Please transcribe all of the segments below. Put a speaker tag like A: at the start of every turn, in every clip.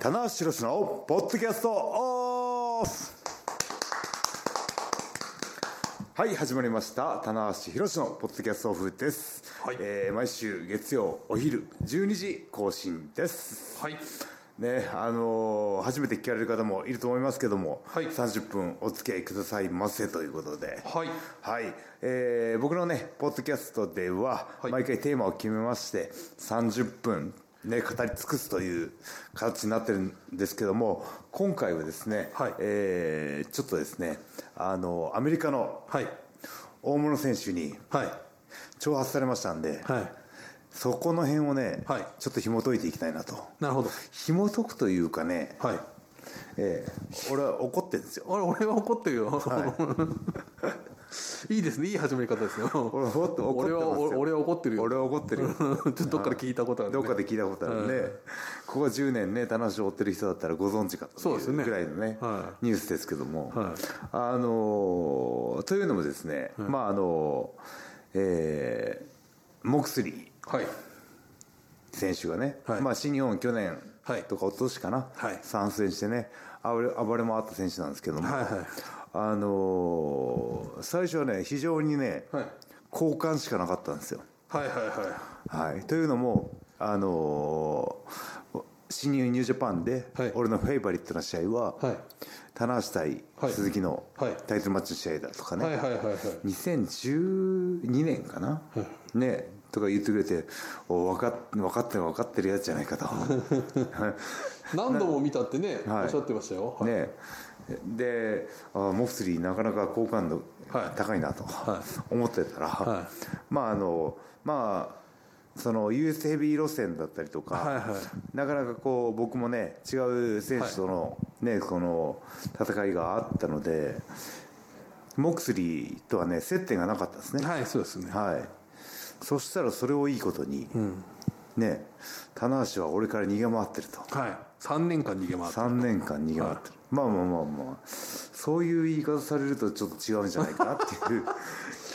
A: 棚橋宏のポッドキャストオフはい始まりました棚橋宏のポッドキャストオフです、
B: はい
A: えー毎週月曜お昼12時更新です
B: はい
A: ねあのー初めて聞かれる方もいると思いますけども、
B: はい
A: 30分お付き合いくださいませということで
B: はい
A: はい、えー僕のねポッドキャストでは
B: はい
A: 毎回テーマを決めまして30分ね語り尽くすという形になってるんですけども今回はですね、
B: はい
A: えーちょっとですねあのアメリカの
B: はい
A: 大物選手に
B: はい
A: 挑発されましたんで、
B: はい
A: そこの辺をね、
B: はい
A: ちょっと紐解いていきたいなと
B: なるほど
A: 紐解くというかね、
B: はい
A: えー俺は怒ってるんですよ
B: 俺俺は怒ってるよ、 い、いですねいい始め方ですよ
A: 俺は怒って怒って
B: 俺
A: ます
B: は
A: よ
B: 俺は怒ってるよ
A: 俺は怒ってるよ
B: ちょっとどっから聞いたことある、ね、
A: どっかで聞いたことあるんで、ここ10年ね、田中を追ってる人だったらご存知かと
B: そう
A: い
B: ですね
A: うぐらいのね
B: は、
A: ニュースですけども、
B: はい
A: あのーというのもですね、まああのーえーモクスリー
B: はい
A: 選手がね、
B: はい
A: まあ、新日本、去年
B: はい
A: とか一昨年かな、
B: はい
A: 参戦してね、暴れ暴れ回った選手なんですけども、
B: はいはい
A: あのー最初はね、非常にね、
B: はい
A: 好感しかなかったんですよ。
B: はいはいはい
A: はい、というのも、あのー新日本ニュージャパンで、
B: はい
A: 俺のフェイバリットな試合は、
B: はい
A: 棚橋対
B: はい
A: 鈴木の
B: はい
A: タイトルマッチの試合だとかね、
B: はいはいはいはい
A: 2012年かな、ねとか言ってくれてお分かっ分かってる分かってるやつじゃない かと
B: 何度も見たってね、
A: はい
B: おっしゃってましたよ、はい
A: ねであモフスリーなかなか好感度
B: はい
A: 高いなと
B: は
A: 思ってたら、
B: は
A: まああのまあその US ヘビー路線だったりとか、
B: はいは
A: なかなかこう僕もね違う選手との,、ねこの戦いがあったのでモクスリーとはね接点がなかったですね。
B: はいそうですね
A: はい、そしたらそれをいいことに、ね棚橋は俺から逃げ回ってると
B: はい3年間逃げ回った
A: 3年間逃げ回ってる、まあまあまあまあそういう言い方されるとちょっと違うんじゃないかなって いう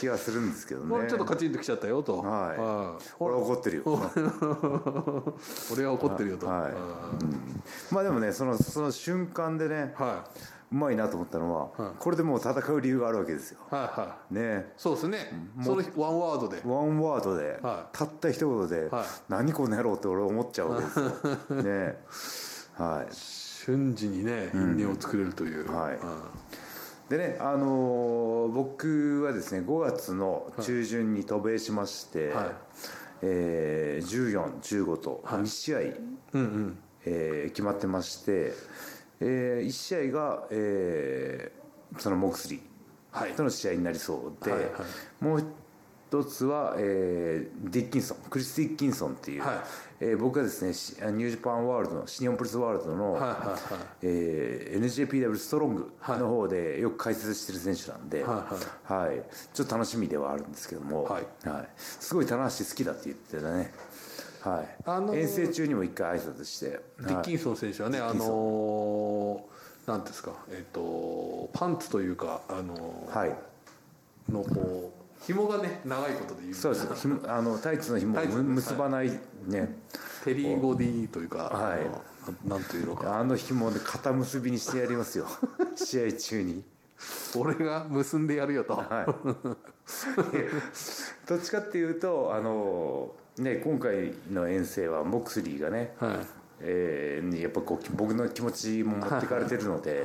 A: 気がするんですけど
B: 俺
A: ね
B: ちょっとカチンときちゃったよと、
A: はい俺
B: 俺
A: は怒ってるよ、
B: 俺は怒ってるよと、
A: はい
B: うん
A: まあでもねそのその瞬間でね、
B: は
A: うまいなと思ったのは、
B: はい
A: これでもう戦う理由があるわけですよ
B: いはいはい
A: ね
B: そうですねそのワンワードで
A: ワンワードで、
B: はい
A: たった一言で、
B: はい
A: 何この野郎って俺思っちゃうわけですよ ねはい
B: 瞬時にね因縁を作れるという、
A: はい
B: うん
A: でね、あのー僕はですね5月の中旬に渡米しまして、
B: はい
A: えー、14、15と2試合、
B: うんうん
A: えー決まってまして、え1試合が、えーそのモクスリ
B: はい
A: ーとの試合になりそうで、
B: はいはい
A: もう一つは、えーディッキンソンクリス・ディッキンソンっていう、
B: はい
A: えー僕がですねしニュージャパンワールドの新日本プロレスワールドの、
B: はいはいはい
A: えー NJPW ストロングの方でよく解説してる選手なんで、
B: はい
A: はいちょっと楽しみではあるんですけども、
B: はい
A: すごい棚橋好きだって言ってたね、はい
B: あのー
A: 遠征中にも一回挨拶して、
B: ディッキンソン選手はね、あのー、なんていうんですか、えっ、と、パンツというか、あのー
A: はい、はい
B: のこう。紐がね、長いことで言う。
A: そうですひもあのタイツの紐を
B: タイツ
A: む結ばないね、
B: テリーゴディというか、
A: はい
B: あのななんというのか、
A: あの紐で肩結びにしてやります よ試合中に。
B: 俺が結んでやるよと。は
A: はい、どっちかっていうとあの、ね、今回の遠征はモクスリーがね、
B: い。
A: えーやっぱこう僕の気持ちも持ってかれてるので、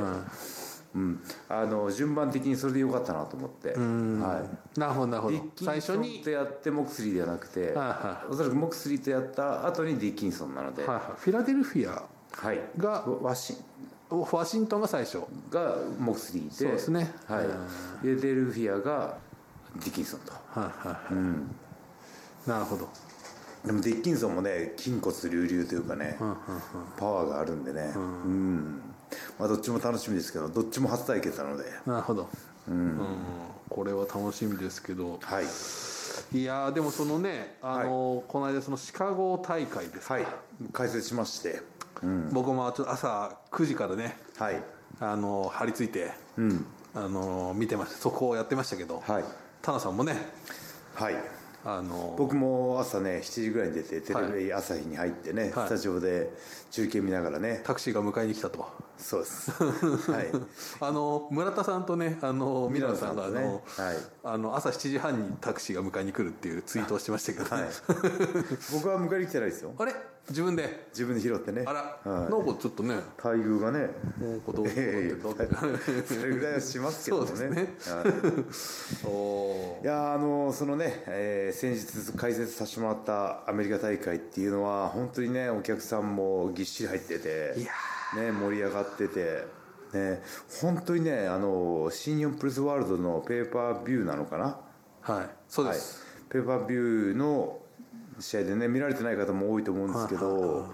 A: うん、あの順番的にそれでよかったなと思って、はい、
B: なるほど、なるほ
A: デ
B: ど
A: ィッ。キ
B: 最
A: ンソ
B: 初
A: ン
B: に
A: と。やってモクスリーではなくて、
B: は
A: おそらくモクスリーとやった後にディッキンソンなので、
B: はいはい、フィラデルフィア
A: はい、
B: が
A: ワワシ
B: ワシントンが最初
A: がモクスリーで
B: そうですね
A: はい、でデルフィアがディッキンソンと。
B: はいはい、なるほど
A: でもディッキンソンもね筋骨隆々というかね、パワーがあるんでね、うんまあ、どっちも楽しみですけどどっちも初対決なので、
B: なるほど、うんこれは楽しみですけど
A: はい、
B: いやーでもそのね、あのーこの間そのシカゴ大会ですか、
A: はい、解説しまして、
B: 僕もちょっと朝9時からね、
A: はい、
B: あのー張り付いて、あのー見てましたそこをやってましたけど、
A: はい、
B: タナさんもね
A: はい、
B: あの
A: 僕も朝ね7時ぐらいに出てテレビ朝日に入ってね、
B: はい
A: スタジオで中継見ながらね
B: タクシーが迎えに来たと
A: そうです は
B: あの村田さんとねあの
A: い
B: ミラノさんがあ
A: ミラノ
B: の
A: さんとねはい
B: あの朝7時半にタクシーが迎えに来るっていうツイートをしてましたけど、
A: はい、僕は迎えに来てないですよ
B: あれ自分で
A: 自分で拾ってね
B: あら、
A: はい
B: なんかちょっとね
A: 待遇がね
B: なんかどうなって
A: え
B: んだって
A: えそれぐらいはしますけど ね
B: そうです
A: はい
B: お
A: いやーあのーそのね、えー先日解説させてもらったアメリカ大会っていうのは本当にねお客さんもぎっしり入ってて
B: いや
A: ね、盛り上がってて、ね、本当にねあのー新日本プロレスワールドのペーパービューなのかな
B: ーはいそうで
A: はい
B: す、、
A: ペーパービューの試合でね見られてない方も多いと思うんですけど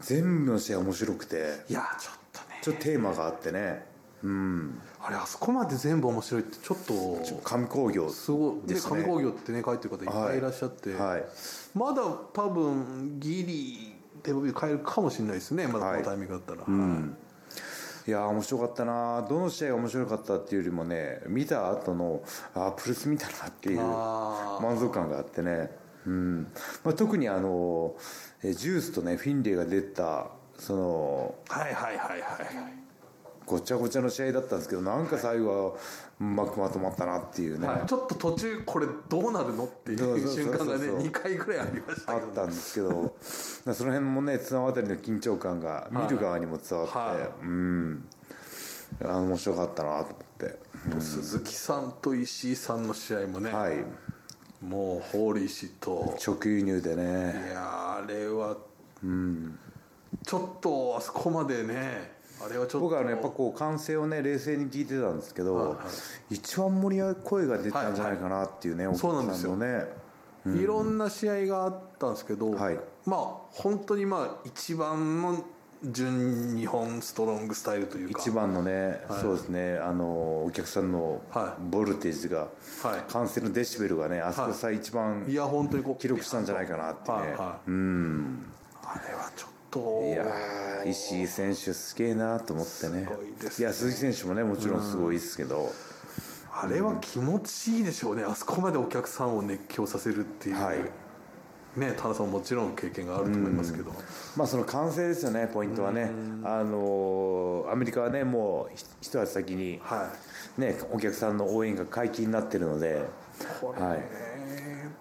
A: 全部の試合面白くて
B: い、やーちょっとね
A: ちょっとテーマがあってねうん
B: あれあそこまで全部面白いってちょっ
A: ちょ
B: と
A: 神工業
B: すごい
A: で
B: です
A: ね
B: 上工業ってね書いてる方いっぱいいらっしゃって、
A: はい
B: まだ多分ギリ手首変えるかもしれないですねまだこのタイミングだったら、はい
A: いやー面白かったなどの試合が面白かったっていうよりもね見た後のあープルス見たなっていう
B: あー
A: 満足感があってね、うんまあ、特にあのえージュースとねフィンレイが出たその
B: はいはいはいはい
A: ごちゃごちゃの試合だったんですけどなんか最後はうまくまとまったなっていうね、
B: はい、ちょっと途中これどうなるのってい
A: そうそう
B: う
A: そうそう
B: 瞬間がね2回ぐらいありました
A: あ
B: けど
A: ったんですけど だからその辺もね綱渡りの緊張感が見る側にも伝わって、
B: はい
A: うんあー面白かったなと思って
B: 鈴木さんと石井さんの試合もね、
A: はい
B: もうホーリー氏と
A: 直輸入でね
B: いやーあれは、ちょっとあそこまでねあれはちょっと
A: 僕はねやっぱこう歓声をね冷静に聞いてたんですけど、一番盛り上が声が出たんじゃないかなっていうね、お
B: そうなん
A: 客
B: です
A: さ
B: よ
A: んのね
B: いろんな試合があったんですけど、
A: はい
B: まあ本当にまあ一番の純日本ストロングスタイルというか
A: 一番のね、そうですねあのお客さんの
B: はい
A: ボルテージが、
B: は
A: 歓声のデシベルがねあそこさ一番
B: い、いや本当にこう
A: 記録したんじゃないかなってね、
B: はいはい
A: うん
B: あれはちょっと
A: いやー石井選手すげえなと思ってね
B: すごいです
A: いや鈴木選手もねもちろんすごいですけど、
B: あれは気持ちいいでしょうね、あそこまでお客さんを熱狂させるっていう、
A: はい
B: ね、田中さんももちろん経験があると思いますけど、
A: まあその完成ですよねポイントはねあのーアメリカはねもうひ一足先に
B: は
A: ね、お客さんの応援が解禁になってるので、
B: い、これね、
A: はい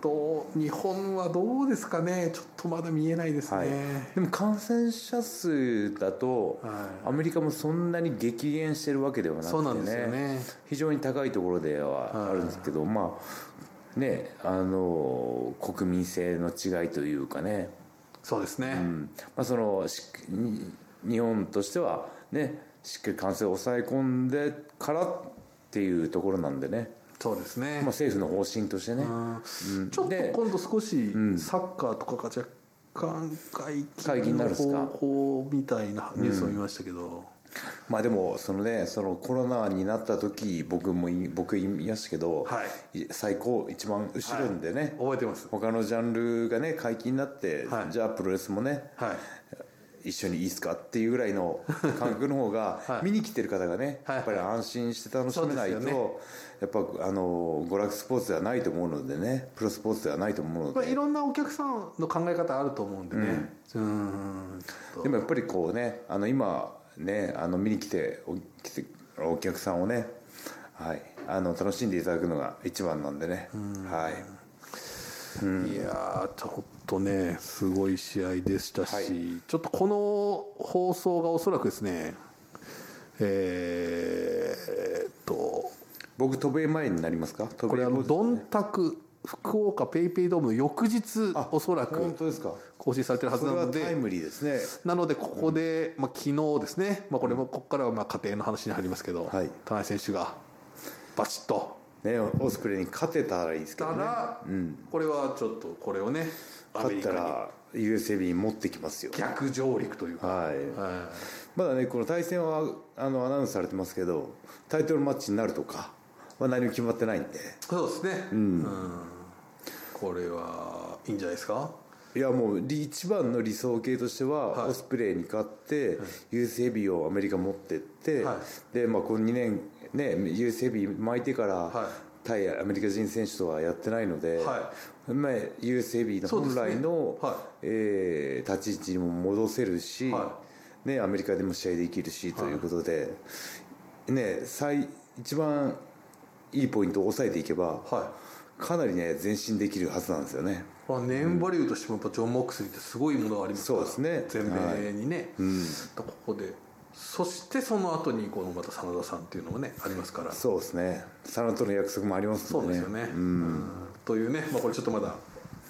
B: どう日本はどうですかね、ちょっとまだ見えないです
A: はい
B: ね。
A: でも感染者数だと、
B: はい
A: アメリカもそんなに激減してるわけではなくて、ね、
B: そうなんですよね
A: 非常に高いところではあるんですけど、まあねあの国民性の違いというかね、
B: そうですね、
A: うんまあ、そのしに日本としては、ね、しっかり感染を抑え込んでからっていうところなんでね、
B: そうです
A: ま
B: ね
A: あ、、政府の方針としてね。
B: うんちょっと
A: で
B: 今度少しサッカーとかが若干解
A: 解
B: 禁
A: 禁になるん
B: の
A: ですか
B: 方向みたいなニュースを見ましたけど、
A: まあでもそのねそのコロナになった時僕もい僕言いましたけど、、
B: はい
A: 最高一番後ろでね、
B: 覚えてます、
A: 他のジャンルがね解禁になって、
B: はい
A: じゃあプロレスもね
B: はい、
A: 一緒にいいっすかっていうぐらい の感覚の方が、
B: はい
A: 見に来てる方がね、
B: はい
A: やっぱり安心して楽しめない
B: そ
A: と、
B: うですよ
A: やっぱあの娯楽スポーツではないと思うのでねプロスポーツではないと思うので、
B: まあ、いろんなお客さんの考え方あると思うんでねうんちょっと
A: でもやっぱりこうねあの今ねあの見に来てお来てお客さんをね、はい、あの楽しんでいただくのが一番なんでね、はい、
B: いやーちょっとねすごい試合でしたし、
A: はい
B: ちょっとこの放送がおそらくですねえー、っと
A: 僕渡米前になりますか渡
B: これ
A: 米
B: あのドンタク福岡ペイペイドームの翌日おそら
A: 本
B: く
A: 当ですか
B: 更新されてるはず
A: それ
B: な
A: は
B: の
A: タイ
B: で
A: ムリーですね
B: なのでここで、まあ、昨日ですね、まあ、これもここからはまあ家庭の話に入りますけど、
A: はい
B: 田中選手がバチッと
A: ねオスプレイに勝てたらいいですけ
B: た
A: どね
B: ら、これはちょっとこれをねア
A: 勝
B: メリ
A: った
B: カに
A: ら USB に持ってきますよ
B: 逆上陸というか、
A: はい
B: は
A: まだねこの対戦はあのアナウンスされてますけどタイトルマッチになるとかは何も決まってないんで
B: い、そうですね、うんこれはいいんじゃないですか
A: いやもうり一番の理想形としては、
B: はい
A: オスプレイに勝って、US ヘビーをアメリカ持ってって、
B: は
A: でまあ、この2年、ね、US ヘビー巻いてから、
B: は
A: 対アメリカ人選手とはやってないので、
B: は
A: まあ、ユースヘビーの
B: そうで
A: 本
B: す
A: 来
B: ね
A: の、
B: はい
A: えー立ち位置にも戻せるし、
B: は
A: ね、アメリカでも試合できるしということで、ね、最一番いいポイントを抑えていけば、
B: は
A: かなりね前進できるはずなんですよね。
B: いまあ、ネームバリューとしてもやっぱジョン・モックスリーってすごいものがありますから
A: そうですね
B: 全米にね、とここでそしてその後にこのまた真田さんっていうのもねありますから
A: そうですね。サラとの約束もあります
B: そ
A: の
B: う
A: でね。
B: ですよね、うんというね、まあ、これちょっとまだ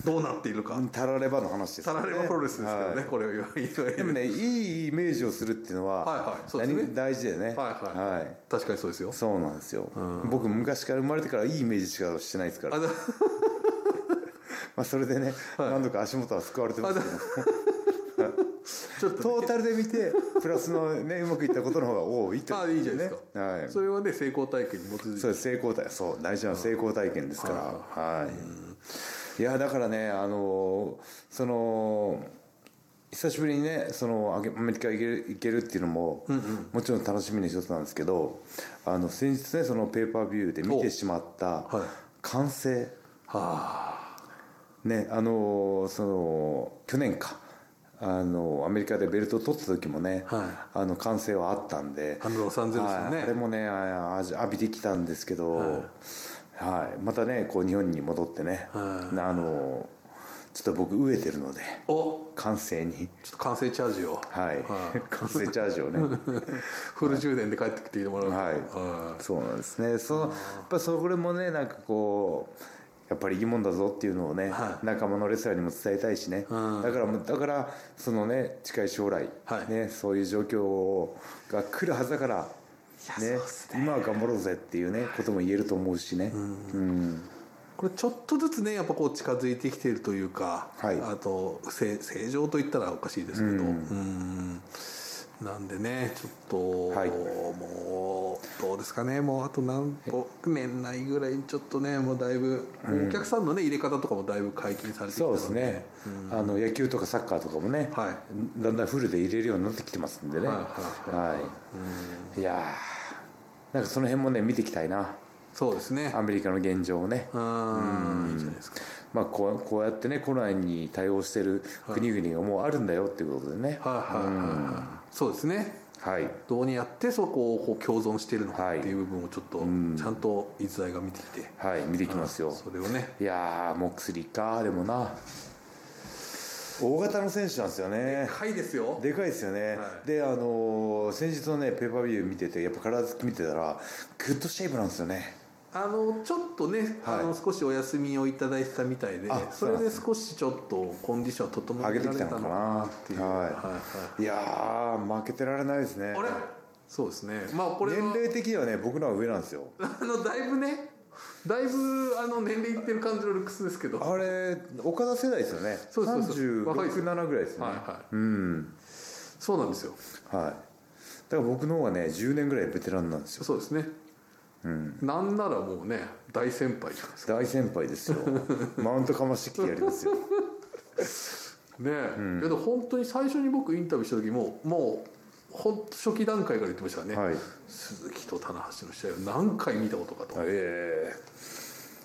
B: どうなっているか
A: タラレバの話です
B: サ
A: よね。
B: ラリーマンプロレスですけどね、
A: はい
B: これをいわゆ
A: でも
B: る
A: ね、いいイメージをするっていうのは、
B: はいはいそうですね
A: 何大事だよね。
B: はいはい
A: はい
B: 確かにそうですよ
A: そうなんですよ、僕昔から生まれてからいいイメージしかしてないですから
B: あ
A: ま
B: だ
A: あそれでね、何度か足元は救われてますけど
B: ちょっと
A: トータルで見てプラスのねうまくいったことの方が多いと
B: ああいいじゃないですか、
A: はい
B: それはね成功体験に基づいて
A: そうです成功体そう大事な成功体験ですからはい、いやだからねあのその久しぶりにねそのアゲアメリカ行ける行けるっていうのも、もちろん楽しみの一つなんですけどあの先日ねそのペーパービューで見てしまった
B: はい
A: 完成、
B: は
A: ねあのその去年かあのアメリカでベルトを取った時もね、
B: は
A: あの歓声はあったんで
B: あのロサンゼルスのね
A: はいあれもねああ浴びてきたんですけど、はいまたねこう日本に戻ってね、
B: は
A: あのちょっと僕飢えてるので
B: あお
A: 歓声に。
B: ちょっと完成チャージを、
A: はい、 完成チャージをね、
B: フル充電で帰ってきてもらうと、
A: はい
B: あ
A: そうなんですねそのやっぱそれもねなんかこうやっぱりいいもんだぞっていうのをね、
B: はい
A: 仲間のレスラーにも伝えたいしね、
B: うん
A: だからもうだからそのね近い将来、
B: はい
A: ね、そういう状況が来るはずだから、
B: いや
A: ね
B: そうっす
A: 今は頑張ろうぜっていうねことも言えると思うしね、うん
B: これちょっとずつねやっぱこう近づいてきているというか、
A: はい
B: あと正正常と言ったらおかしいですけどうんなんでねちょっと、
A: はい
B: もうどうですかねもうあと何歩年内ぐらいにちょっとねもうだいぶ、お客さんのね入れ方とかもだいぶ解禁されてきた
A: そう
B: の
A: で
B: です
A: ね、あの野球とかサッカーとかもね、
B: はい
A: だんだんフルで入れるようになってきてますんでね、
B: はい
A: はい
B: はい
A: いやーなんかその辺もね見ていきたいな
B: そうですね
A: アメリカの現状をね、
B: うんいいじゃないですか
A: まあ、こうこうやってねコロナに対応してる国々がもうあるんだよっていうことでね
B: はいはいはいはいそうですね
A: はい、
B: どうやってそこをこう共存しているのかっていう部分をちょっとちゃんと逸材が見てきて、
A: はい、見ていきますよ
B: それをね
A: いやーモックスリーかでもな大型の選手なんですよね
B: 高いですよ
A: でかいですよね、
B: はい
A: であのー先日のねペーパービュー見ててやっぱ体つき見てたらグッドシェイプなんですよね
B: あのちょっとね、
A: はい
B: あの少しお休みをいただいてたみたいで
A: あそ
B: そ
A: う
B: れ
A: なんで
B: で少しちょっとコンディションを整
A: 上
B: え
A: げて
B: ら
A: き
B: れ
A: た
B: た
A: の
B: の
A: か
B: か
A: な
B: な
A: っ
B: ってて
A: い
B: いうう、
A: はい
B: はいはい
A: いやー負けてられないですね
B: あれそうですねまあこれ
A: 年
B: は
A: 齢的にはね僕のは上なんですよ
B: あのだいぶねだいぶあの年齢いってる感じのルックスですけどはい
A: あれ岡田世代ですよね
B: そうですそうです若いです
A: 367ぐらいですよね、
B: はい
A: うん
B: そうなんですよ
A: はい、だから僕の方がね10年ぐらいベテランなんですよ
B: そうですね、なんならもうね大先輩じゃないですか
A: 大先輩 ですよマウントかましてきてやりますよ
B: ねえ、いやでも本当に最初に僕インタビューした時ももうほんと初期段階から言ってましたね、
A: はい
B: 鈴木と棚橋の試合を何回見たことかと、
A: ええ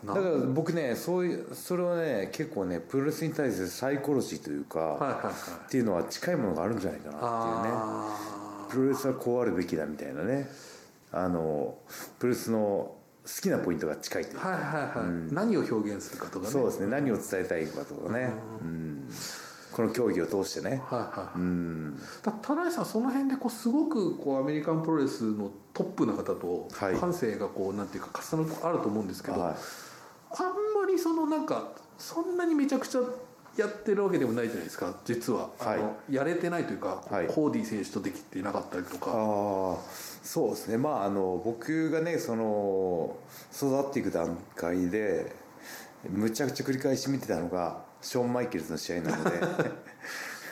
A: だから僕ねそういうそれはね結構ねプロレスに対するサイコロジーというか、
B: はいはいはい
A: っていうのは近いものがあるんじゃないかなっていうね
B: あ
A: プロレスはこうあるべきだみたいなねあのプロレスの好きなポイントが近いという
B: あ
A: か
B: はいはいはい、何を表現するかとかね
A: そうですね何を伝えたいかとかね、うん、この競技を通してね
B: はいはい、だ田内さんその辺でこうすごくこうアメリカンプロレスのトップの方と
A: はい
B: 感性がこうなんていうか重なるとこあると思うんですけど、
A: はい
B: あんまりそのなんかそんなにめちゃくちゃやってるわけでもないじゃないですか実は、
A: はい
B: あのやれてないというか、
A: はい
B: コーディ選手とできていなかったりとか
A: ああそうですねまああの僕がねその育っていく段階でむちゃくちゃ繰り返し見てたのがショーン・マイケルズの試合な ので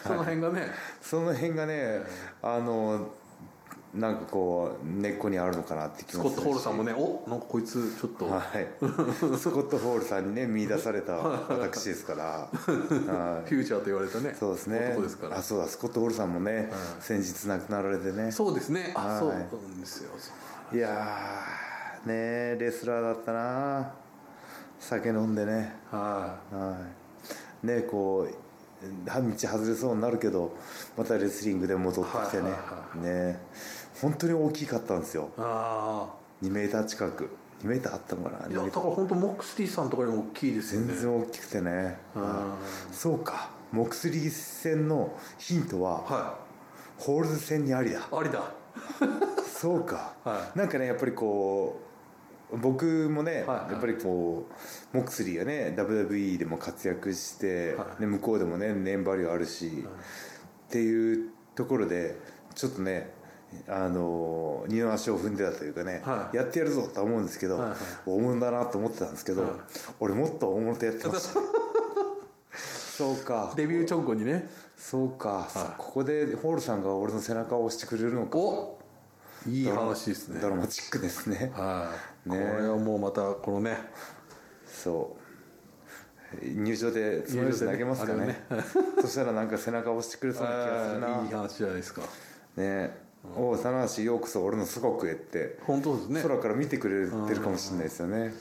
B: その辺がね、
A: その辺がねあのなんかこう根っこにあるのかなって気
B: ス
A: も
B: コ
A: す
B: ッ
A: るし
B: ト・ホールさんもねおなんかこいつちょっと、
A: はい、スコット・ホールさんにね見出され た私ですからはい
B: フューチャーと言われたね
A: そうですね
B: 男ですから
A: あそうだスコット・ホールさんもね、先日亡くなられてね
B: そうですねあ、
A: はい
B: そうなんですよそう
A: いやーねえレスラーだったな酒飲んでね
B: は
A: はいねこう半道外れそうになるけどまたレスリングで戻ってきてね、
B: はいは
A: ね本当に大きかったんですよ
B: いあ
A: 2メーター近く2メーターあったのかな
B: あいや
A: 2メ
B: だ
A: ー
B: か
A: タ
B: ら
A: ー
B: 本当モックスティさんとかよりも大きいですよ
A: 全
B: ね
A: 然大きくてね、
B: あ
A: そうかモクスリー戦のヒントは
B: は
A: ホールズ戦にありだ
B: いありだ
A: そうか、
B: は
A: なんかねやっぱりこう僕もね、
B: はいはい
A: やっぱりこうモクスリーがね WWE でも活躍して、
B: はい
A: ね、向こうでもねネームバリューあるし、っていうところでちょっとねあの二の足を踏んでたというかね、
B: はい
A: やってやるぞとは思うんですけど、
B: はいはい
A: 大物だなと思ってたんですけど、
B: はい
A: 俺もっと大物とやってま したそうか
B: デビュー直後にね
A: そうか、ここでホールさんが俺の背中を押してくれるのか
B: おいい話ですね
A: ドラマチックですね
B: はい、
A: ね
B: これはもうまたこのね
A: そう入場でその
B: 入
A: 人
B: 場でね
A: 投げますかね
B: あ
A: そしたらなんか背中を押してくれそうな気がするない
B: い話じゃないですか
A: ねおう棚橋ようこそ俺の祖国へって
B: 本当ですね
A: 空から見てくれてるかもしれないですよね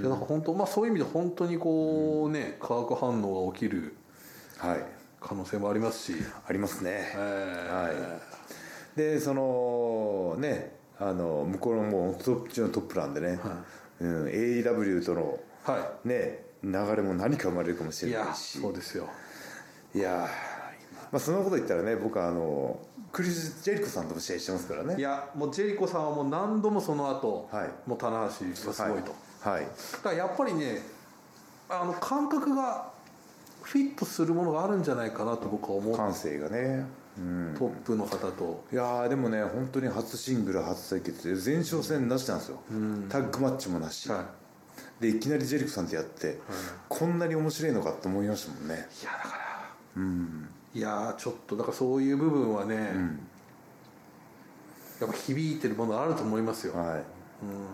B: いやなんか本当まあそういう意味で本当にこうね、化学反応が起きる
A: はい
B: 可能性もありますし、
A: ありますね
B: えー
A: はいでそのねあの向こうのもうトップ中のトップなんでね、うん、AEW との
B: は
A: ね流れも何か生まれるかもし
B: い、い
A: れな
B: や
A: いし
B: そうですよ
A: いやーまあ、そんなこと言ったらね僕はあのクリス・ジェリコさんとも試合してますからね
B: いやもうジェリコさんはもう何度もその後、
A: はい
B: もう棚橋がすごいと、
A: はい、はい
B: だからやっぱりねあの感覚がフィットするものがあるんじゃないかなと僕は思う
A: 感性がねうん
B: トップの方と
A: いやーでもね本当に初シングル初対決で前哨戦なしなんですよ、タッグマッチもなし、、
B: はい
A: でいきなりジェリコさんとやって、こんなに面白いのかと思いましたもんね
B: いやだからうんいやーちょっとだからそういう部分はね、やっぱ響いてるものあると思いますよ、
A: は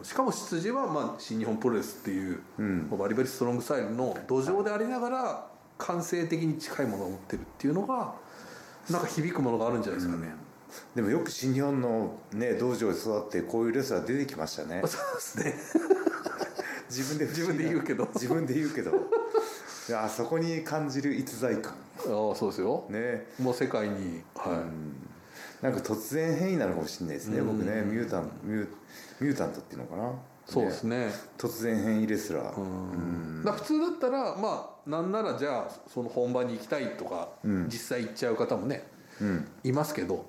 B: うん、しかも出自はまあ新日本プロレスっていう、もうバリバリストロングスタイルの土壌でありながら感性的に近いものを持ってるっていうのがなんか響くものがあるんじゃないですかね、
A: いでもよく新日本のね道場で育ってこういうレスラー出てきましたね
B: そうですね
A: 自分で
B: 自分で言うけど
A: 自分で言うけどいやーそこに感じる逸材感
B: ああそうですよ、
A: ね
B: もう世界にはい、
A: なんか突然変異なのかもしれないですね、僕ねミュータンミューミュータントっていうのかな
B: そうです
A: ね
B: ね
A: 突然変異レスラー、
B: だから普通だったらまあなんならじゃあその本場に行きたいとか、実際行っちゃう方もね、いますけど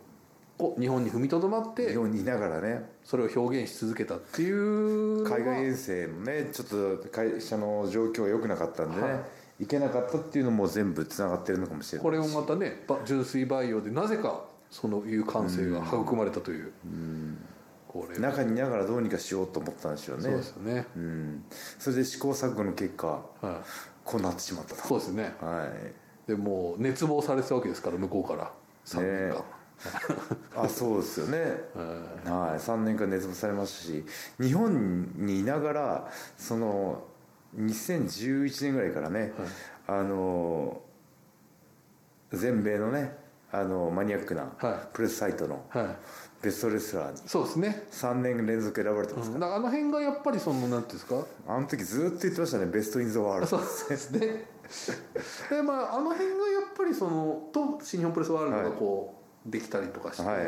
B: こう日本に踏みとどまって
A: 日本にいながらね
B: それを表現し続けたっていうのが
A: 海外遠征もねちょっと会社の状況が良くなかったんでね、
B: はい
A: 行けなかったっていうのも全部つながってるのかもしれない
B: これをまたねば純粋培養でなぜかそのいう感性が育まれたという、これ
A: 中にいながらどうにかしようと思ったんでしょうね
B: そうですよね、
A: うん、それで試行錯誤の結果
B: は
A: こうなってしまったと
B: い、そうですね
A: はい
B: でもう熱望されてたわけですから向こうから3年間、
A: ねあそうですよね、はい、3年間熱望されましたし日本にいながらその2011年ぐらいからね、あの全米のねあのマニアックな
B: は
A: プレスサイトの
B: はい、
A: ベストレスラーに
B: そうですね、
A: 3年連続選ばれてます、
B: うんだからあの辺がやっぱりそのなんていうんですか
A: あの時ずっと言ってましたねベスト・イン・ザ・ワール
B: そ
A: ド
B: うですね。でまああの辺がやっぱりそのと新日本プロレスワールドがこう、できたりとかして、
A: はい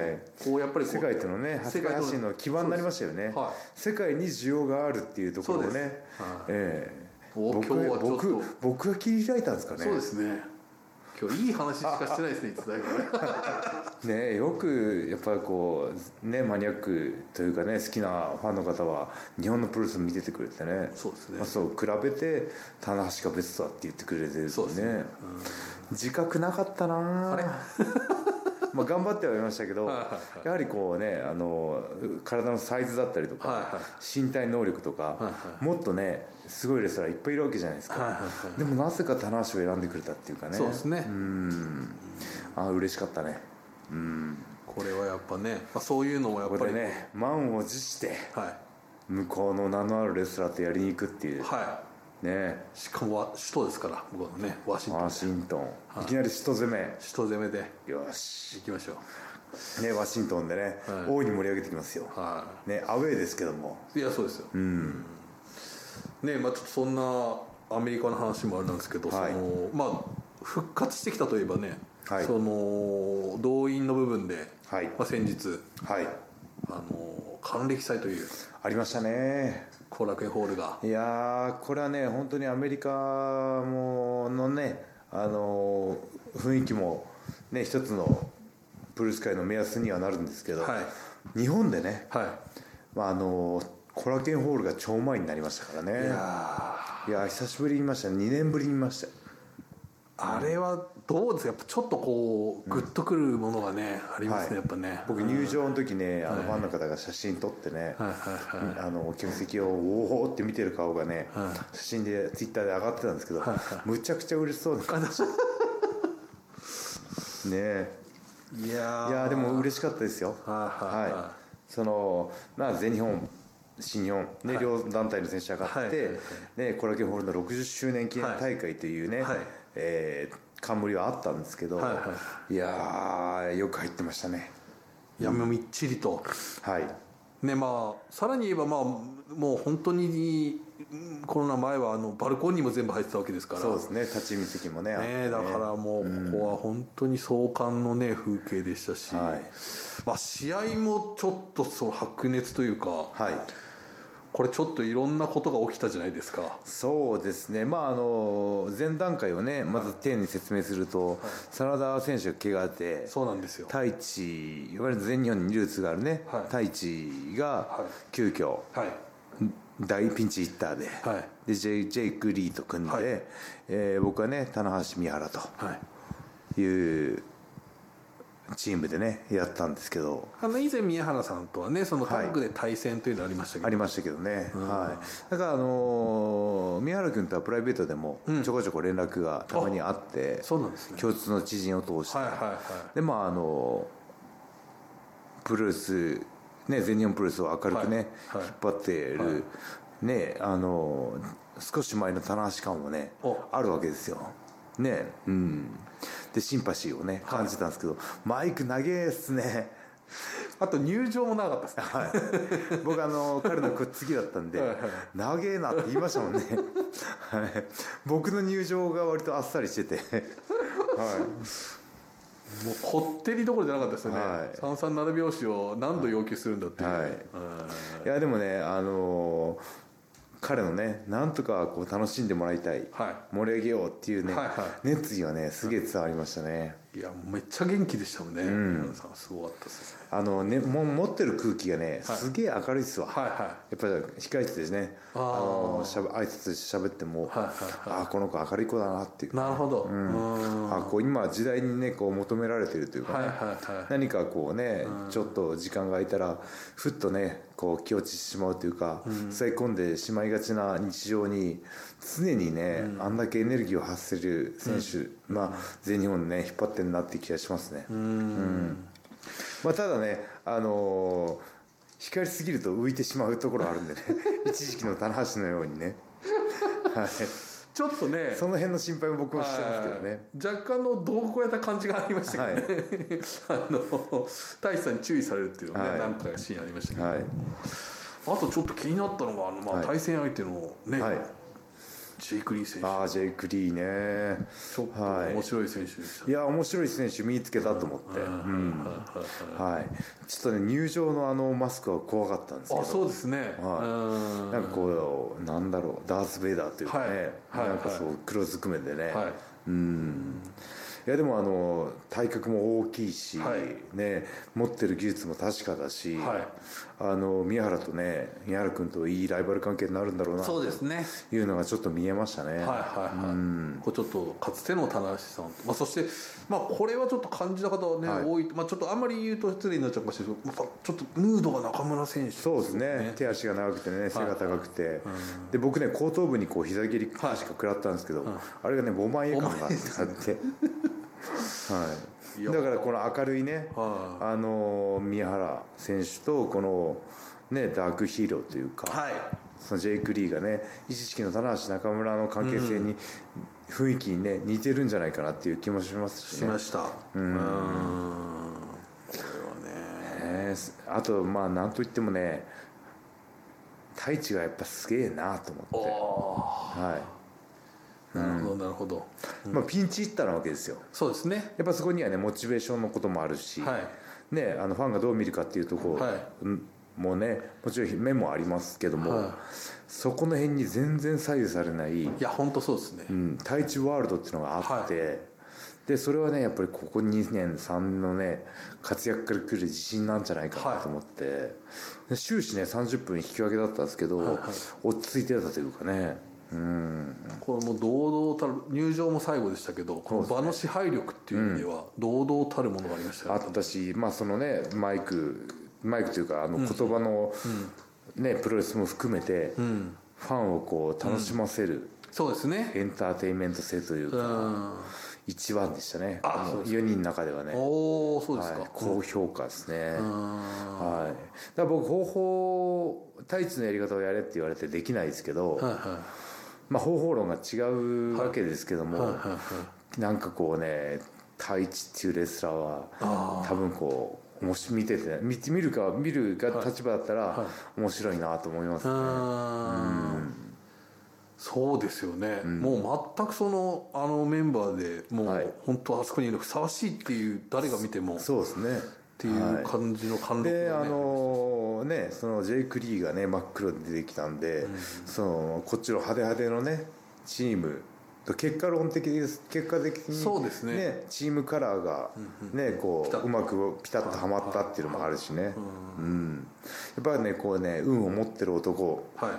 B: こうやっぱりこう
A: 世界とのね
B: 世
A: 世界
B: 界との
A: 発信の基盤になりましたよね、
B: は
A: 世界に需要があるっていうところを
B: そう
A: ね、
B: で
A: え
B: すはい
A: え
B: お
A: 僕
B: 今日はちょっと
A: 僕僕が切り開いたんですかね
B: そうですね。今日いい話しかしてないですね。いつだいぶね
A: ねよくやっぱりこうねマニアックというかね好きなファンの方は日本のプロレスを見ててくれてね
B: そうですね
A: まあ、そう比べて棚橋がベストだって言ってくれてる
B: そうですね
A: 自覚なかったなあ まあ頑張ってはいましたけど
B: はいはいは
A: やはりこうねあの体のサイズだったりとか、
B: はいは
A: 身体能力とか、もっとねすごいレスラーいっぱいいるわけじゃないですか、
B: はいはいはい
A: でもなぜか棚橋を選んでくれたっていうかね
B: そうですね
A: うんああ嬉しかったねうん
B: これはやっぱね、まあそういうのもやっ
A: ここ
B: ぱ
A: で
B: り
A: ね満を持して
B: はい
A: 向こうの名のあるレスラーとやりに行くっていう
B: は
A: ね
B: い。しかもわ首都ですから向こうのねワシントン
A: ワシントンいきなり首都攻め
B: 首都攻めで
A: よし
B: 行きましょう。
A: ねワシントンでね
B: はい
A: 大いに盛り上げてきますよ
B: は
A: ねアウェーですけども
B: い。いやそうですよ。
A: うん
B: ねまあちょっとそんなアメリカの話もあれなんですけど、
A: はい
B: そのまあ復活してきたといえばね、
A: はい
B: その動員の部分で、
A: はい
B: まあ、先日
A: はい
B: あの還暦祭という
A: ありましたね
B: 後楽園ホールが
A: いやーこれはね本当にアメリカものねあのー雰囲気もね一つのプールスカイの目安にはなるんですけど、
B: は
A: 日本でね、
B: は
A: まあ、あのーコラケンホールが超前になりましたからね
B: いいや
A: いやー久しぶりに見ました2年ぶりに見ました
B: ーあれはどうですかやっぱちょっとこうグッとくるものがね、ありますね、
A: は
B: やっぱね
A: 僕入場の時ね、あのファンの方が写真撮ってね、
B: はいはいはい
A: あの客席をおおって見てる顔がね、
B: は
A: 写真でツイッターで上がってたんですけど、むちゃくちゃ嬉しそうな感じ ねえ
B: いや
A: いやーでも
B: 嬉
A: 嬉
B: し
A: しかったですよ、
B: はいはいは
A: はい、その、まあ、全日本、新日本、ね
B: はい
A: 両団体の選手上が
B: はい
A: っ
B: はいはい
A: て、ね、コラケホールの60周年記念大会というね、
B: はい
A: えー冠はあったんですけど、
B: はい
A: い
B: は
A: やー、よく入ってましたね、
B: いやもうみっちりと
A: はい、
B: ねまあさらに言えばまあもう本当にうんコロナ前はあのバルコニーも全部入ってたわけですから
A: そうですね、立ち見席もね、あって
B: ねだからもうここは本当に壮観のね風景でしたし、
A: はい
B: まあ試合もちょっとその白熱というか、
A: はい、
B: これちょっといろんなことが起きたじゃないですか
A: そうですね、まあ、あの前段階をね、まず丁寧に説明すると、真田選手が怪我で、
B: そうなんですよ
A: 太一いわゆる全日本にルーツがあるね、
B: はい
A: 太一が
B: い
A: 急遽
B: はい
A: 大ピンチヒッターで,、
B: はい
A: でジェイジェイク・リーと組んで、
B: はい
A: えー僕はね棚橋三原
B: はい
A: というチームでねやったんですけど
B: あの以前宮原さんとはねそのタ
A: はい
B: ッグで対戦というのありましたけど、
A: ありましたけどね、はい、だから、あのー三原君とはプライベートでもちょこちょこ連絡がたまにあって、
B: そうなんですね
A: 共通の知人を通して、
B: はいはいは
A: でまああのプロレス、ね、全日本プロレスを明るくね、
B: はいはい
A: 引っ張っている、ねあの少し前の棚橋感もね
B: お
A: あるわけですよねうんでシンパシーをね感じたんですけど、マイク長えっすね
B: いあと入場もなかったですね
A: はい 僕あの彼のくっつきだったんで
B: はいはい
A: 「長えな」って言いましたもんね、はい、僕の入場が割とあっさりしててはい
B: もうこってりどころじゃなかったですよね、
A: はい
B: 三三並拍子を何度要求するんだっていう、
A: はいいやでもね、あのー彼のねなんとかこう楽しんでもらいたい、
B: は
A: 盛り上げようっていうね、
B: はいは
A: 熱意はねすげえ伝わりましたね、
B: い、いやめっちゃ元気でしたもんね、宮原さんすごかったですね
A: あのねも持ってる空気がね
B: はい
A: すげえ明るいっすわ、
B: はいは
A: やっぱり控えてですね
B: あ
A: あ
B: ー
A: のしゃべ挨拶して喋っても、
B: はいはい
A: ああこの子明るい子だなっていう
B: いなるほどうん
A: あこう今時代にねこう求められてるというかね、
B: はいはいはい
A: 何かこうね、ちょっと時間が空いたらふっとねこう気落ちしてしまうというか、塞い込んでしまいがちな日常に常にね、あんだけエネルギーを発せる選手、まあ、全日本ね引っ張ってるなって気がしますね、うんまあ、ただねあのー光りすぎると浮いてしまうところあるんで ね一時期の棚橋のようにね、はい、
B: ちょっとね
A: その辺の心配も僕もしてますけどね、
B: はい若干の同行やった感じがありましたけどね、 あの大志さんに注意されるっていうのね、
A: はい
B: なんかシーンありましたけど、
A: はい
B: あとちょっと気になったのがあの、まあ、
A: はい
B: 対戦相手のね、
A: はい
B: ジェイク・リー選手
A: ああジェイク・リーね
B: ちょっと
A: はい
B: 面白い選手でした
A: いや面白い選手見つけたと思って、
B: はいはいはい
A: はい、ちょっとね入場のあのマスクは怖かったんですけ
B: あ
A: ど
B: そうですね、うん
A: なんかこうなんだろうダース・ベイダーというかね、
B: はいはい
A: なんかそ
B: は
A: う黒ずくめでね、
B: はい
A: うんいやでもあの体格も大きいし、
B: はい
A: ね、持ってる技術も確かだし、
B: はい
A: あの宮原とね宮原君といいライバル関係になるんだろうなと
B: そうですね
A: いうのがちょっと見えましたね。
B: はいはいはい、これちょっとかつての棚橋さんと、まあ、そして、まあ、これはちょっと感じた方はね、
A: はい
B: 多い、まあ、ちょっとあんまり言うと失礼になっちゃうかもしれないですけど、まあちょっとヌードが中村選手
A: そうですね手足が長くてね背が高くて、で僕ね後頭部にこう膝蹴りしか食らったんですけど、あれがね5万円感があって、はい、
B: いや
A: だからこの明るいね、
B: は
A: あのー宮原選手とこの、ね、ダークヒーローというか、
B: はい
A: そのジェイク・リーがね一時期の棚橋中村の関係性に、雰囲気にね似てるんじゃないかなっていう気もしますし
B: し
A: ね
B: ましたうんこれはね
A: ねえすあとまあなんといってもね太一がやっぱすげえなと思
B: お
A: って、
B: お
A: はい
B: なるほどなるほど、
A: まあ、ピンチヒッターなわけですよ
B: そうですね
A: やっぱそこにはねモチベーションのこともあるし、
B: はい
A: ね、あのファンがどう見るかっていうところ、
B: はい
A: うんもうねもちろん面もありますけども、
B: は
A: そこの辺に全然左右されない、
B: いや本当そうですね、
A: うん、太一ワールドっていうのがあって、でそれはねやっぱりここ2年3年のね活躍から来る自信なんじゃないかなと思って、で終始ね30分引き分けだったんですけど、
B: はいはい
A: 落ち着いてたというかねうん
B: これもう堂々たる入場も最後でしたけどこの場の支配力っていう意味では堂々たるものがありましたよ
A: あ
B: ね
A: ったし、まあ、そのねマイクマイクというかあの言葉の、ねプロレスも含めて、ファンをこう楽しませる、
B: そうですね
A: エンターテインメント性という
B: う
A: か、
B: ん
A: 一番でしたね
B: あ
A: あ
B: そう
A: の
B: です
A: 4人の中ではね、は
B: おおそうですか、
A: い、高評価ですね、
B: うん
A: はい、だから僕方法太一のやり方をやれって言われてできないですけど、
B: はいは
A: まあ、方法論が違うわけですけども、
B: いはいはいはい
A: なんかこうね太一っていうレスラー
B: あ
A: は多分こうもし見てて見て見るか見るが立場だったら、
B: は
A: 面白いなと思います、
B: うんそうですよね、もう全くそのあのメンバーでもう、
A: はい
B: 本当あそこにいるのふさわしいっていう誰が見てもっ
A: そうですねって
B: いう感じの貫禄がね、
A: であのねそのジェイク・リーがね真っ黒で出てきたんで、そのこっちの派手派手のねチームと結果論的です結果的に
B: そうですね
A: チームカラーがね、こ
B: タ
A: う
B: ッと
A: うまくピタッとはまったっていうのもあるしね、うん、やっぱりねこうね運を持ってる男
B: はい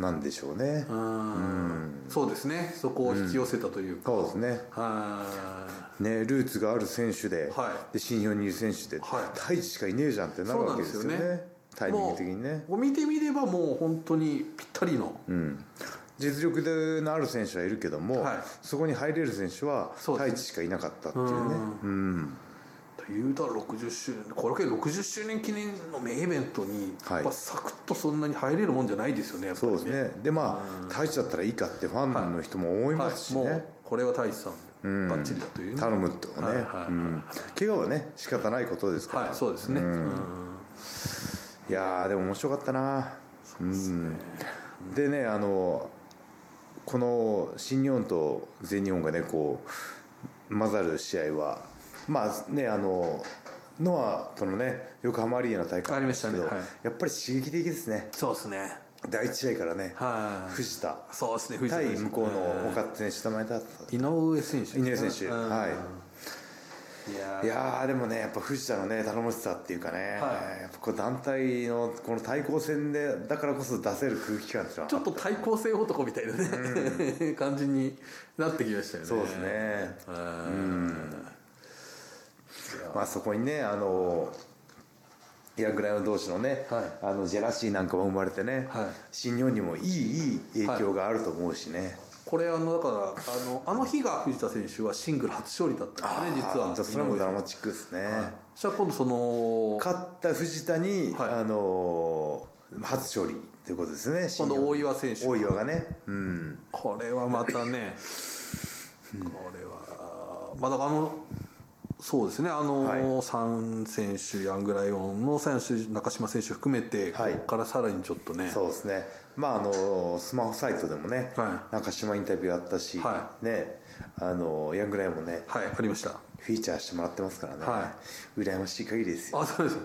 A: なんでしょうね、
B: うんそうですねそこを引き寄せたというか、
A: そうですね
B: は
A: ねルーツがある選手で,、
B: はい
A: で新日本にいる選手で、
B: はい
A: 太一しかいねえじゃんってなるわけですよね
B: そうなんですよね
A: タイミング的にね
B: いもう見てみればもう本当にぴったりの、
A: うん、実力のある選手はいるけども、
B: はい
A: そこに入れる選手は
B: そうです
A: 太一しかいなかったっていうねうん
B: というたら60周年これけ60周年記念の名イベントに、
A: はい
B: やっぱサクッとそんなに入れるもんじゃないですよねやっぱ
A: そ
B: り
A: うですねでまあ太一だったらいいかってファンの人も思いま
B: は
A: す
B: い、
A: しね、
B: もうこれは太一さん、バッチリだというね
A: 頼むとね、
B: はいはいはい
A: うん、怪我はね仕方ないことですから、
B: はいそうですね、うん
A: いやーでも面白かったなうん、でねあのこの新日本と全日本がねこう混ざる試合はまあねあのノアとのね横浜アリーナの大会
B: ありましたね
A: ですけど
B: はい
A: やっぱり刺激的ですね
B: そうですね
A: 第一試合からね、
B: はい
A: 藤田
B: そうですね藤田
A: 対
B: 選手
A: 向こうの岡田選手と前だっ
B: 井上選手
A: た井上選手、
B: うん
A: はい
B: いや
A: い
B: ー
A: やーでもねやっぱ藤田のね頼もしさっていうかね、
B: はい
A: やっぱこう団体のこの対抗戦でだからこそ出せる空気感っていうのは
B: ちょっと対抗性男みたいなね、 感じになってきましたよね
A: そうですね、
B: うん
A: まあ、そこにねあのヤングライオン同士のね、
B: はい
A: あのジェラシーなんかも生まれてね、
B: はい
A: 新日本にもいいいい影響があると思うしね、
B: これあのだからあのあの日が藤田選手はシングル初勝利だったんですね実は
A: あーそれも
B: 井上
A: ド
B: 選
A: ラマチックですね、
B: 手そしたら今度その
A: 勝った藤田に、
B: はい
A: あの初勝利ということですね
B: 今度
A: 新
B: 大
A: 日
B: 岩選手
A: 本大岩がねうん
B: これはまたね、これはまあだからあのそうですねあの、
A: はい
B: 3選手ヤングライオンの選手中島選手含めて、
A: はい
B: ここからさらにちょっとね
A: そうですね、まああのスマホサイトでもね、
B: は
A: 中島インタビューあったし、
B: は
A: ね、あのヤングライオンもね、
B: はいありました
A: フィーチャーしてもらってますからね、
B: は
A: 羨ましい限りですよ。
B: あそうです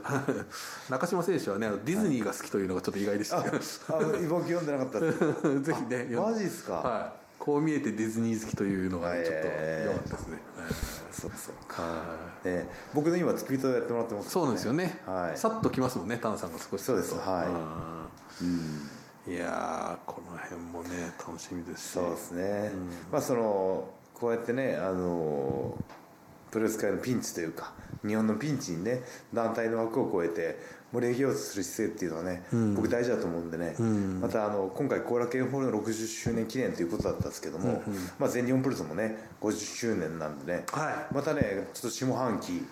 B: 中島選手はねあのディズニーが好きというのがちょっと意外でし
A: あ、
B: た、
A: あ僕読んでなかったです。
B: ぜひね
A: マジっすか
B: はいこう見えてディズニー好きというのがねちょっと
A: へー
B: 良かったですね、はい
A: そうそうか。ね、僕の今ツイートやってもらってます、
B: そうなんですよね、
A: はい
B: さっときますもんねタンさんが少し、
A: そうですはい
B: うんいやーこの辺もね楽しみですし
A: そうですね。まあそのこうやってね、あのプロレス界のピンチというか、日本のピンチにね、団体の枠を超えて盛り上げようとする姿勢っていうのはね、僕大事だと思うんでね。またあの今回後楽園ホールの60周年記念ということだったんですけども、まあ全日本プロレスもね、50周年なんでね、
B: はい
A: またね、ちょっと下半期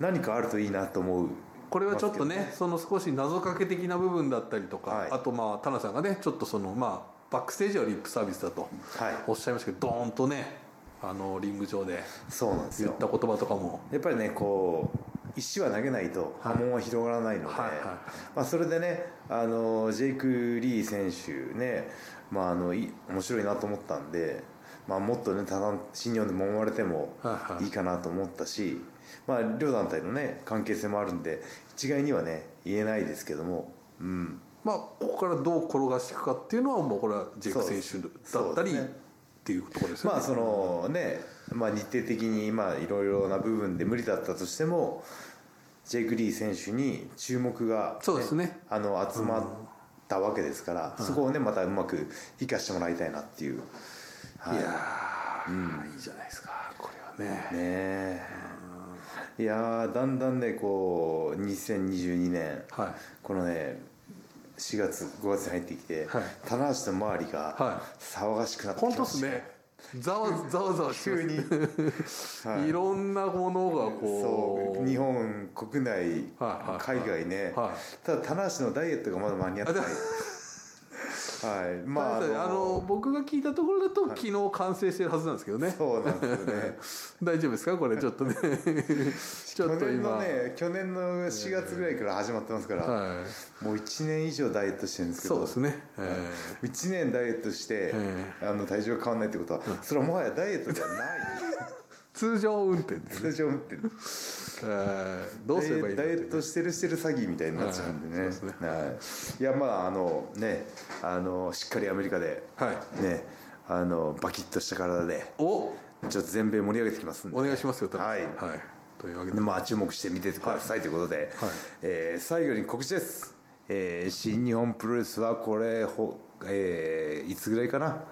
A: 何かあるといいなと思う。
B: これはちょっとねその少し謎かけ的な部分だったりとか、
A: はい
B: あとまあタナさんがねちょっとそのまあバックステージはリップサービスだと
A: はい
B: おっしゃいましたけど、ドーンとねあのリング上で
A: そうなんです
B: 言
A: よ
B: っ。た言葉とかも
A: やっぱりねこう石は投げないと波紋は広がらないので、
B: はいはい
A: まあ、それでねあのジェイク・リー選手ね、まあ、あのい面白いなと思ったんで、まあ、もっとね多段新日本でもまれても
B: はいはい
A: いいかなと思ったし、まあ、両団体のね関係性もあるんで一概にはね言えないですけども、うん、
B: まあ、ここからどう転がしていくかっていうのはもうこれはジェイク
A: そう
B: 選
A: で
B: 手
A: そう
B: だったりっ
A: ですね
B: ていうところですよね。
A: まあそのね、まあ、日程的にまあいろいろな部分で無理だったとしてもジェイク・リー選手に注目が、
B: そうですね
A: あの集まったわけですから、そこをねまたうまく生かしてもらいたいなっていう、はいい、ね
B: やー、いいじゃないですかこれはね
A: えいやーだんだんねこう2022年
B: は
A: このね4月5月に入ってきて、
B: はい
A: 棚橋の周り
B: は
A: が騒がしくなっ
B: い
A: てきま
B: 本
A: した
B: 当ですねざわざわざわし
A: 急
B: てます
A: に、
B: い、ろんなものがこ
A: そう
B: う
A: 日本国内、
B: はいはい
A: 海外ね、
B: は
A: ただ棚橋のダイエットがまだ間に合ってない
B: あ
A: はい まあ
B: あの僕が聞いたところだと、昨日完成してるはずなんですけどね
A: そうなんですね
B: 大丈夫ですかこれちょっと ね ちょ
A: 去
B: っと
A: 年
B: 今
A: のね去年の4月ぐらいから始まってますから、
B: はい
A: もう1年以上ダイエットしてるんですけ
B: そう
A: ど
B: ですね、え
A: 1年ダイエットして、
B: え
A: あの体重が変わらないってことは、それはもはやダイエットじゃない
B: ー通常運転です、
A: 通常運転
B: えーどうすればいいの
A: ダイエットしてるしてる詐欺みたいになっちゃうんでね,、
B: は
A: はいい
B: そうです
A: い、やまああのねあのしっかりアメリカで、
B: はい
A: ねあのバキッとした体で
B: お
A: ちょっと全米盛り上げてきますんで
B: お願いしますよ田中さん
A: はい
B: はい、というわけで
A: でまあ注目して見ててくださいということで、えー最後に告知です、えー新日本プロレスはこれほ、えーいつぐらいかな、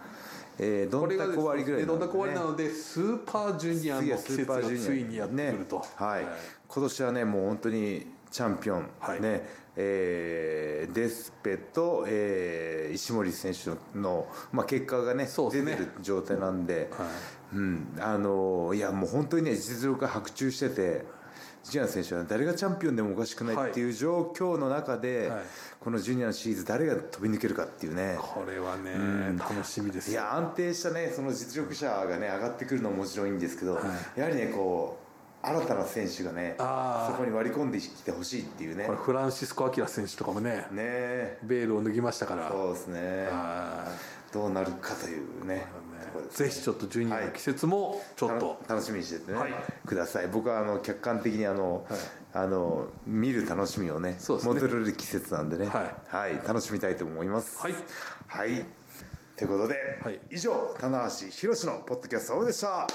A: えー、ど
B: これ
A: ん
B: が
A: た
B: です
A: こわりぐらい
B: ねどん
A: で
B: たこわりなのでスーパージュニアの
A: 次は
B: 季
A: スー
B: 節
A: パ
B: が
A: ージュニア
B: ついにやってくると、
A: ねはい今年はねもう本当にチャンピオン、
B: はい
A: ねえーデスペと、えー石森選手の、まあ、結果がね
B: そうです
A: 出
B: ね
A: てる状態なんで、
B: はい
A: うん、あのいやもう本当にね実力が白昼しててジュニア選手は誰がチャンピオンでもおかしくないっていう状況の中で、
B: はい
A: このジュニアのシリーズ誰が飛び抜けるかっていうね。
B: これはね、楽しみです
A: い
B: よ
A: や安定したねその実力者がね上がってくるのももちろんいいんですけど、やはりねこう新たな選手がね
B: あー
A: そこに割り込んできてほしいっていうね
B: これ
A: ね
B: フランシスコ・アキラ選手とかもね
A: え
B: ベールを脱ぎましたから
A: そうですね
B: は
A: どうなるかというね
B: い
A: ところです
B: ぜひちょっとジュニアの季節もちょっと、
A: 楽しみにしててね、
B: はい
A: ください僕はあの客観的にあの、あの見る楽しみをね
B: そうですね
A: 戻れる季節なんでね
B: は
A: はい楽しみたいと思います
B: はい、
A: はいということで、
B: はい
A: 以上棚橋宏のポッドキャストオフでした